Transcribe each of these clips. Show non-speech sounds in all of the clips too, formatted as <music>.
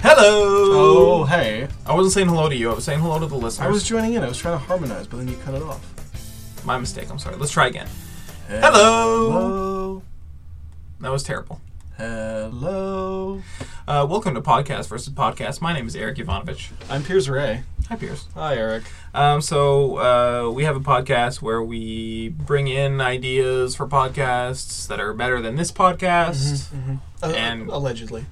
Hello. Oh, hey. I wasn't saying hello to you. I was saying hello to the listeners. I was joining in. I was trying to harmonize, but then you cut it off. My mistake. I'm sorry. Let's try again. Hello. Hello. That was terrible. Hello. Uh, welcome to Podcast versus Podcast. My name is Eric Ivanovich. I'm Piers Ray. Hi, Pierce. Hi, Eric. Um, so uh, we have a podcast where we bring in ideas for podcasts that are better than this Mm-hmm. podcast. And- and Uh, allegedly,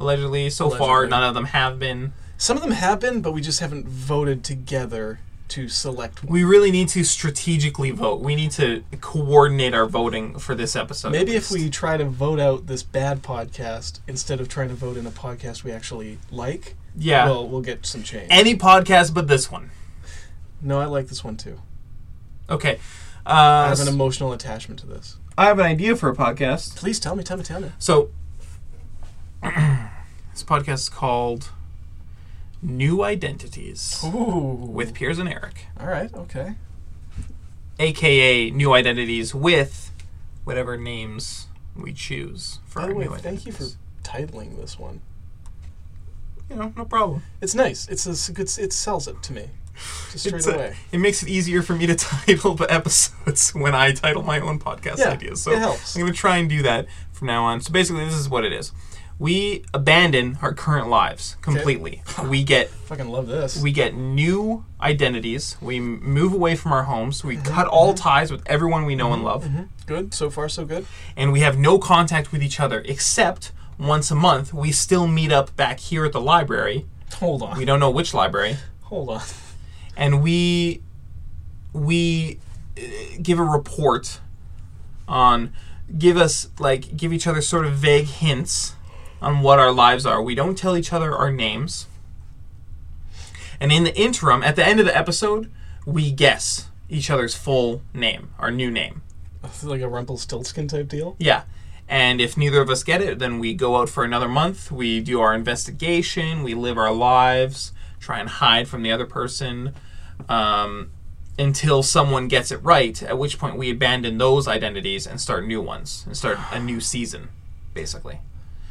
Allegedly, so far Allegedly. none of them have been. some of them have been, but we just haven't voted together to select one. We really need to strategically vote. We need to coordinate our voting for this episode. at Maybe if least. we try to vote out this bad podcast instead of trying to vote in a podcast we actually like, yeah, we'll we'll get some change. any podcast but this one. no, I like this one too. Okay. Uh, I have an emotional attachment to this. I have an idea for a podcast. Please tell me, tell me, tell me. So, <clears throat> this podcast is called New Identities Ooh. with Piers and Eric, All right. Okay. aka New Identities with whatever names we choose for By our the way, new Oh, thank you for identities. titling this one. You know, no problem. It's nice. It's a s- good. s- It sells it to me. Just straight It's a- away. it makes it easier for me to <laughs> title the episodes when I title my own podcast Yeah, ideas. So it helps. I'm going to try and do that from now on. So basically, this is what it is. We abandon our current lives completely. we get Fucking love this. we get new identities. We m- move away from our homes. We Mm-hmm. cut all ties with everyone we know and love, good so far. So good. and we have no contact with each other except once a month. We still meet up back here at the library. Hold on. We don't know which library, Hold on. <laughs> and we we uh, give a report on give us like give each other sort of vague hints on what our lives are. We don't tell each other our names. And in the interim, at the end of the episode, we guess each other's full name, our new name. This is like a Rumpelstiltskin type deal. Yeah. And if neither of us get it, then we go out for another month. We do our investigation. We live our lives, try and hide from the other person um, until someone gets it right, at which point we abandon those identities and start new ones and start a new season, basically.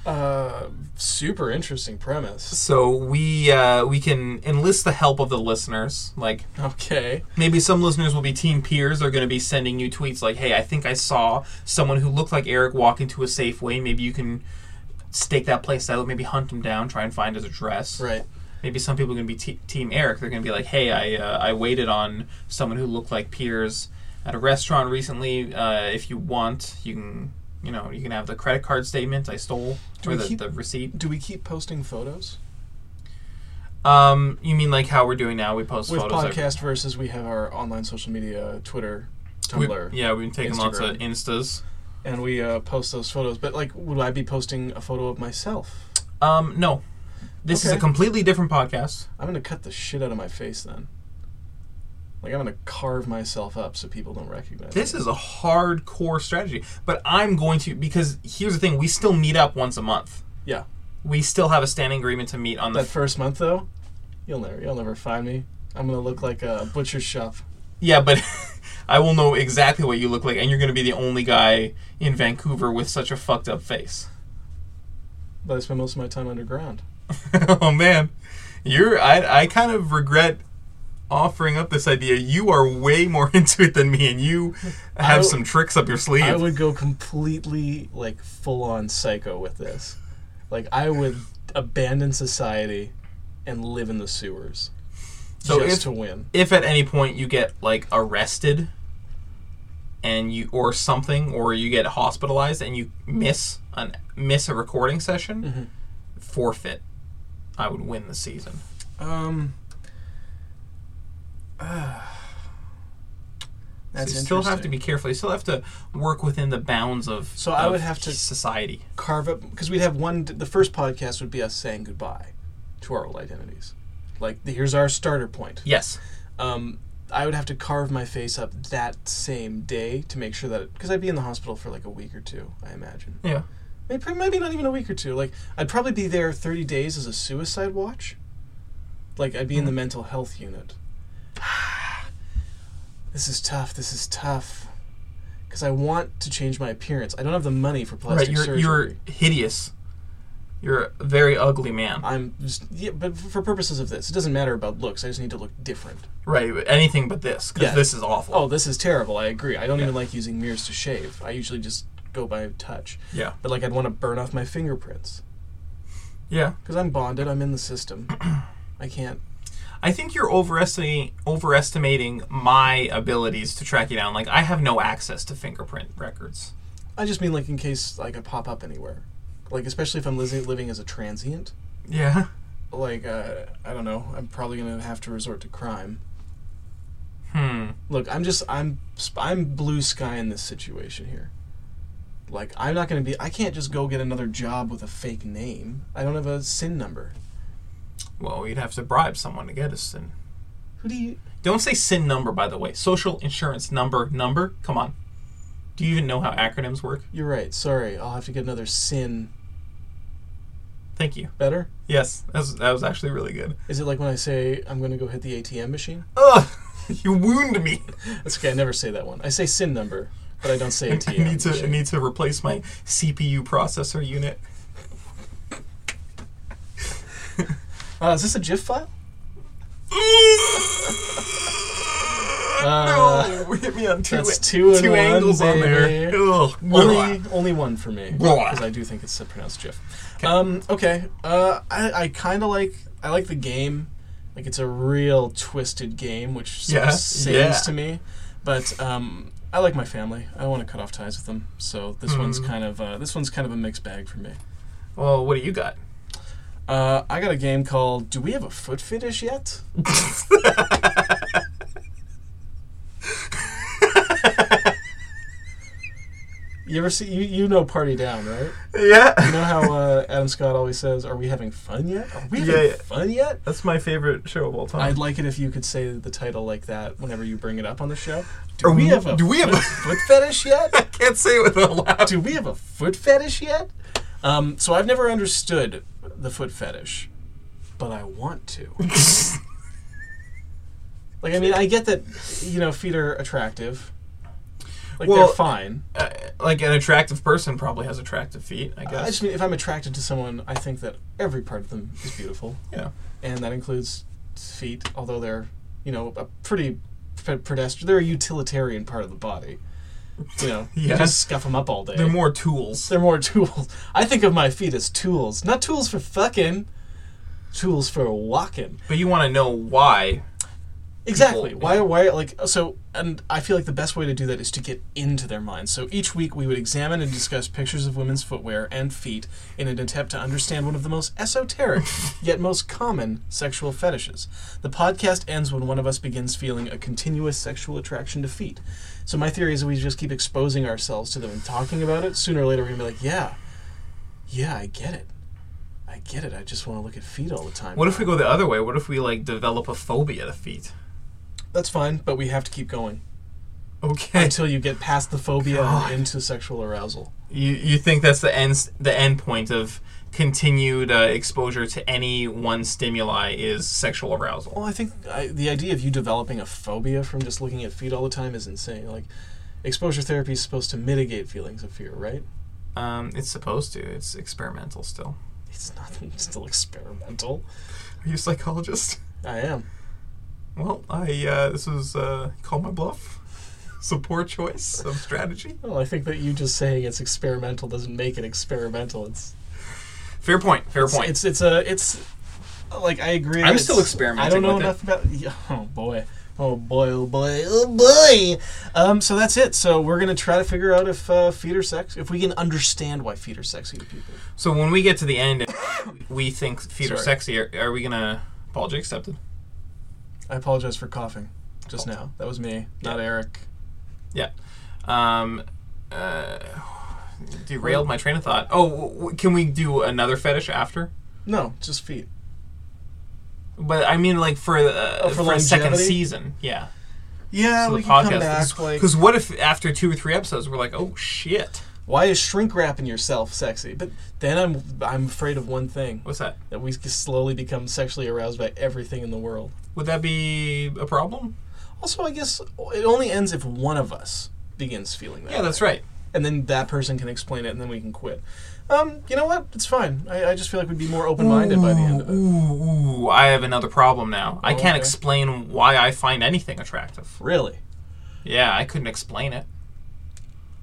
Uh, super interesting premise. <laughs> So we uh, we can enlist the help of the listeners. Like Okay. maybe some listeners will be team peers. They're going to be sending you tweets like, "Hey, I think I saw someone who looked like Eric walk into a Safeway. Maybe you can stake that place out. Maybe hunt him down. Try and find his address. Right. Maybe some people are going to be te- team Eric. They're going to be like, "Hey, I uh, I waited on someone who looked like Piers at a restaurant recently. Uh, if you want, you can." You know, you can have the credit card statement I stole Do or we the, keep- the receipt. Do we keep posting photos Um, you mean like how we're doing now? We post with photos. every- podcast versus we have our online social media, Twitter, We- Tumblr, yeah, we've been taking lots of Instagram. instas. and we uh, post those photos. But like, would I be posting a photo of myself? Um, no. This is Okay. a completely different podcast. I'm gonna cut the shit out of my face then. Like I'm gonna carve myself up so people don't recognize. This me. is a hardcore strategy. But I'm going to because here's the thing, we still meet up once a month. yeah. We still have a standing agreement to meet on the That first month though, you'll never you'll never find me. I'm gonna look like a butcher's shop. Yeah, but <laughs> I will know exactly what you look like and you're gonna be the only guy in Vancouver with such a fucked up face. <laughs> But I spend most of my time underground. oh man. You're I I kind of regret offering up this idea. You are way more <laughs> into it than me and you have I- some tricks up your sleeve. I would go completely like full on psycho with this. Like I would abandon society and live in the sewers So just if- to win. if at any point you get like arrested and you or something or you get hospitalized and you miss an miss a recording session Mm-hmm. Hmm. forfeit i would win the season <sighs> <sighs> Um. ah. that's so you still have to interesting. be careful you still have to work within the bounds of So I of would have to- society carve up because we'd have one. The first podcast would be us saying goodbye to our old identities. Like the- here's our starter point. yes Um, I would have to carve my face up that same day to make sure that because I'd be in the hospital for like a week or two, I imagine. yeah Maybe, prob- maybe not even a week or two. Like I'd probably be there thirty days as a suicide watch. Like I'd be Mm-hmm. in the mental health unit. <sighs> this is tough. This is tough. Because I want to change my appearance. I don't have the money for right plastic you're surgery. you're hideous You're a very ugly man. I'm just, yeah, but for purposes of this, it doesn't matter about looks. I just need to look different. Right. Anything but this, because Yeah. this is awful. Oh, this is terrible. I agree. I don't even like using mirrors to shave. I usually just go by touch. Yeah. But like, I'd want to burn off my fingerprints Yeah. because I'm bonded. I'm in the system. I can't. I think you're overestimating overestimating my abilities to track you down. Like I have no access to fingerprint records. I just mean like in case like I pop up anywhere, like especially if I'm living living as a transient. Yeah. Like uh, I don't know. I'm probably gonna have to resort to crime. Hmm. Look, I'm just I'm sp- I'm blue sky in this situation here. Like I'm not gonna be. I can't just go get another job with a fake name. I don't have a sin number. Well, we'd have to bribe someone to get us sin. Who do you? Don't say sin number, by the way. Social insurance number number. Come on. Do you even know how acronyms work? You're right. Sorry, I'll have to get another sin. Thank you. Better? Yes, that was, that was actually really good. Is it like when I say I'm gonna go hit the ATM machine? Ugh, <laughs> you wound me. That's okay. I never say that one. I say sin number, but I don't <laughs> say I ATM. need to I machine. need to replace my CPU processor unit. Uh, is this a GIF file? Uh, Uh, no, <laughs> hit me on two That's two and two one, angles on there. baby. Ugh. Only, only one for me Blah. because I do think it's pronounced GIF. Um, okay. Uh, I, I kind of like I like the game. Like it's a real twisted game, which sort of Yeah, sings yeah. to me. But um, I like my family. I don't want to cut off ties with them. So this Hmm. one's kind of uh, this one's kind of a mixed bag for me. Well, what do you got? Uh, I got a game called Do We Have a Foot <laughs> Fetish Yet? you ever see you, you know Party Down, right? You Yeah, know how uh, Adam Scott always says, "Are we having fun yet? Are we having Yeah, yeah. fun yet?" <laughs> that's my favorite show of all I'd time. like it if you could say the title like that whenever you bring it up on the show. Do Are we we- have a do we have foot, a- <laughs> foot fetish yet? can't say it without laughing. <laughs> do we have a foot fetish yet? Um, so I've never understood the foot fetish, but I want to. Like, I mean, I get that, you know, feet are attractive. Like, Well, they're fine. <laughs> Uh, like an attractive person probably has attractive feet, I I guess. just mean, if I'm attracted to someone, I think that every part of them is beautiful. yeah. And that includes feet, although they're, you know, a pretty p- pedestrian. They're a utilitarian part of the body. <laughs> You know, you Yeah. just scuff them up all day. They're more tools. They're more <laughs> tools. I think of my feet as tools, not tools for fucking, tools for walking. But you want to know why. Exactly. people, why? Why? Like so? And I feel like the best way to do that is to get into their minds. So each week we would examine and discuss pictures of women's footwear and feet in an attempt to understand one of the most <laughs> esoteric yet most common sexual fetishes. The podcast ends when one of us begins feeling a continuous sexual attraction to feet. So my theory is we just keep exposing ourselves to them and talking about it. Sooner or later we're gonna be like, yeah, yeah, I get it. I get it. I just want to look at feet all the time. What if we go the other way? What if we like develop a phobia to feet? That's fine, but we have to keep going. Okay. until you get past the phobia God. and into sexual arousal. <laughs> You you think that's the end the end point of continued uh, exposure to any one stimuli is sexual arousal? Well, I think I, the idea of you developing a phobia from just looking at feet all the time is insane. Like, exposure therapy is supposed to mitigate feelings of fear, right? Um, it's supposed to. It's experimental still. It's not <laughs> it's still experimental. Are you a psychologist? <laughs> I am. Well, I uh, this is uh, call my bluff. It's a poor choice of strategy. Well, I think that you just saying it's experimental doesn't make it experimental. It's Fair point. Fair it's point. it's, it's a it's like I agree. I'm that still it's- experimenting I don't know with it. enough about. yeah, Oh boy. Oh boy, oh boy, oh boy! Um, so that's it. So we're gonna try to figure out if uh, feet are sexy, if we can understand why feet are sexy to people. so when we get to the end, and we think feet are Sorry. sexy. Are, are we gonna apology accepted? I apologize for coughing just now. That was me, not Eric. Yeah. Um, uh, derailed my train of thought. Oh, w- w- can we do another fetish after? No, just feet. But I mean, like for uh, Oh, for for, a second longevity? season, yeah. Yeah, For Uh, we the can podcast, come <laughs> back. Like, because what if after two or three episodes we're like, oh shit, why is shrink wrapping yourself sexy? But then I'm I'm afraid of one thing what's that? that we slowly become sexually aroused by everything in the world. Would that be a problem? Also, I guess it only ends if one of us begins feeling that. Yeah, that's right. and then that person can explain it, and then we can quit. Um, you know what? It's fine. I, I just feel like we'd be more open minded by the end of it. Oh, Ooh, ooh, I have another problem now. I can't okay. explain why I find anything attractive. Really? Yeah, I couldn't explain it.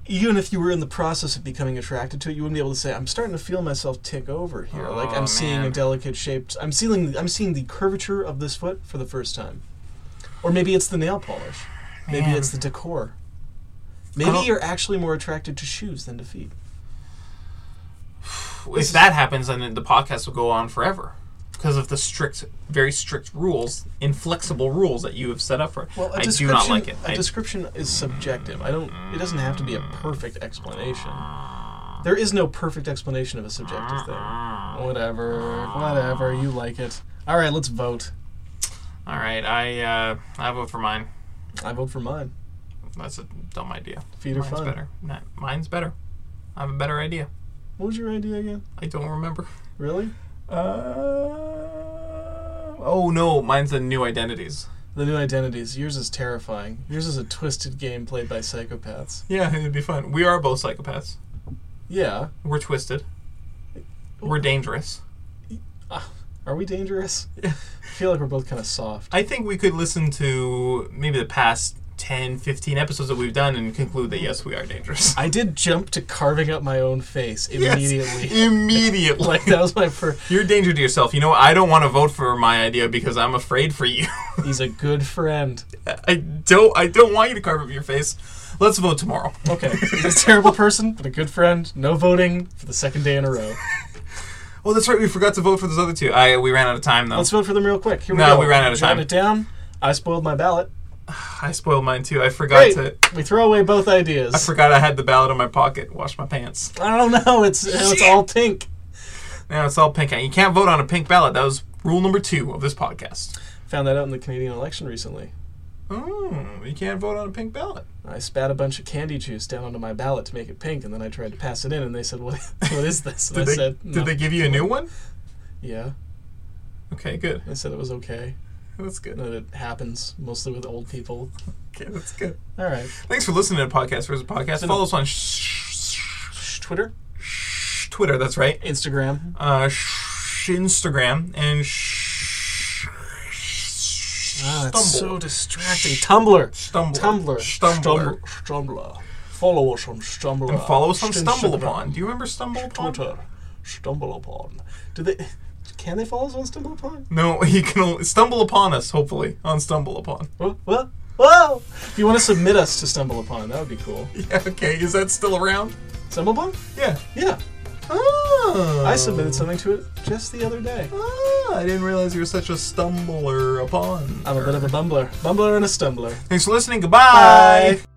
Even if you were in the process of becoming attracted to it, you wouldn't be able to say, "I'm starting to feel myself tick over here. like Oh, I'm seeing a man. delicate shape. I'm seeing. I'm seeing the curvature of this foot for the first time. Or maybe it's the nail polish. Maybe Man. it's the decor. Maybe don't- you're actually more attracted to shoes than to feet. If that happens, then the podcast will go on forever because of the strict, very strict rules, inflexible rules that you have set up for. it. Well, a I do description, not like it. A I- description is subjective. I don't. It doesn't have to be a perfect explanation. There is no perfect explanation of a subjective thing. Whatever, whatever. You like it. All right, let's vote. all right, I uh, I vote for mine. I vote for mine. That's a dumb idea. Feet are mine's fun. better. Nah, mine's better. I have a better idea. What was your idea again? I don't remember. Really? Uh, oh no, mine's the new identities. The new identities. Yours is terrifying. Yours is a twisted game played by psychopaths. Yeah, it'd be fun. We are both psychopaths. Yeah. We're twisted. We're <laughs> dangerous. Ah, Are we dangerous? I feel like we're both kind of soft. I think we could listen to maybe the past 10, 15 episodes that we've done and conclude that yes, we are dangerous. I did jump to carving up my own face <laughs> Yes, immediately. <laughs> <laughs> immediately. like that was my first. You're a danger to yourself. You know, what? I don't want to vote for my idea because I'm afraid for you. <laughs> He's a good friend. I don't I don't want you to carve up your face. Let's vote tomorrow. Okay, he's a terrible person, but a good friend. No voting for the second day in a row. Oh, that's right. We forgot to vote for those other two. I we ran out of time though. Let's vote for them real quick. Here we No, go. we ran out of Jot time. it down. I spoiled my ballot. I spoiled mine too. I forgot Great. to We throw away both ideas. I forgot I had the ballot in my pocket. Wash my pants. I don't know. It's it's all pink. Now it's all pink. You can't vote on a pink ballot. That was rule number two of this podcast. Found that out in the Canadian election recently. Oh, you can't vote on a pink ballot. I spat a bunch of candy juice down onto my ballot to make it pink, and then I tried to pass it in, and they said, "What? <laughs> What is this?" And Did I they, said, "No." did they give you a new one? "Yeah." Okay, good. They said it was okay. That's And good. that it happens mostly with old people. Okay, that's good. All right. Thanks for listening to Podcast versus Podcast. Follow us on sh- Twitter, sh- Twitter, that's right. Instagram, Uh, sh- Instagram and sh- Ah, Stumble. that's so distracting. Tumblr. Stumble. Tumblr. Stumbler. Stum- Stumbler. Follow us on Stumbler. And follow us on St- Stumble Instagram, Upon. Do you remember Stumble Upon? Twitter. Stumble upon. Do they? Can they follow us on Stumble upon? No, you can only stumble upon us, hopefully, on Stumble Upon. <laughs> Whoa, whoa, whoa! If you want to submit us to Stumble upon, that would be cool. Yeah, okay, is that still around? Stumble upon? Yeah. Yeah. Oh. I submitted something to it just the other day. Ah, I didn't realize you were such a stumbler upon. Uh, I'm a bit of a bumbler, bumbler and a stumbler. Thanks for listening. Goodbye. Bye.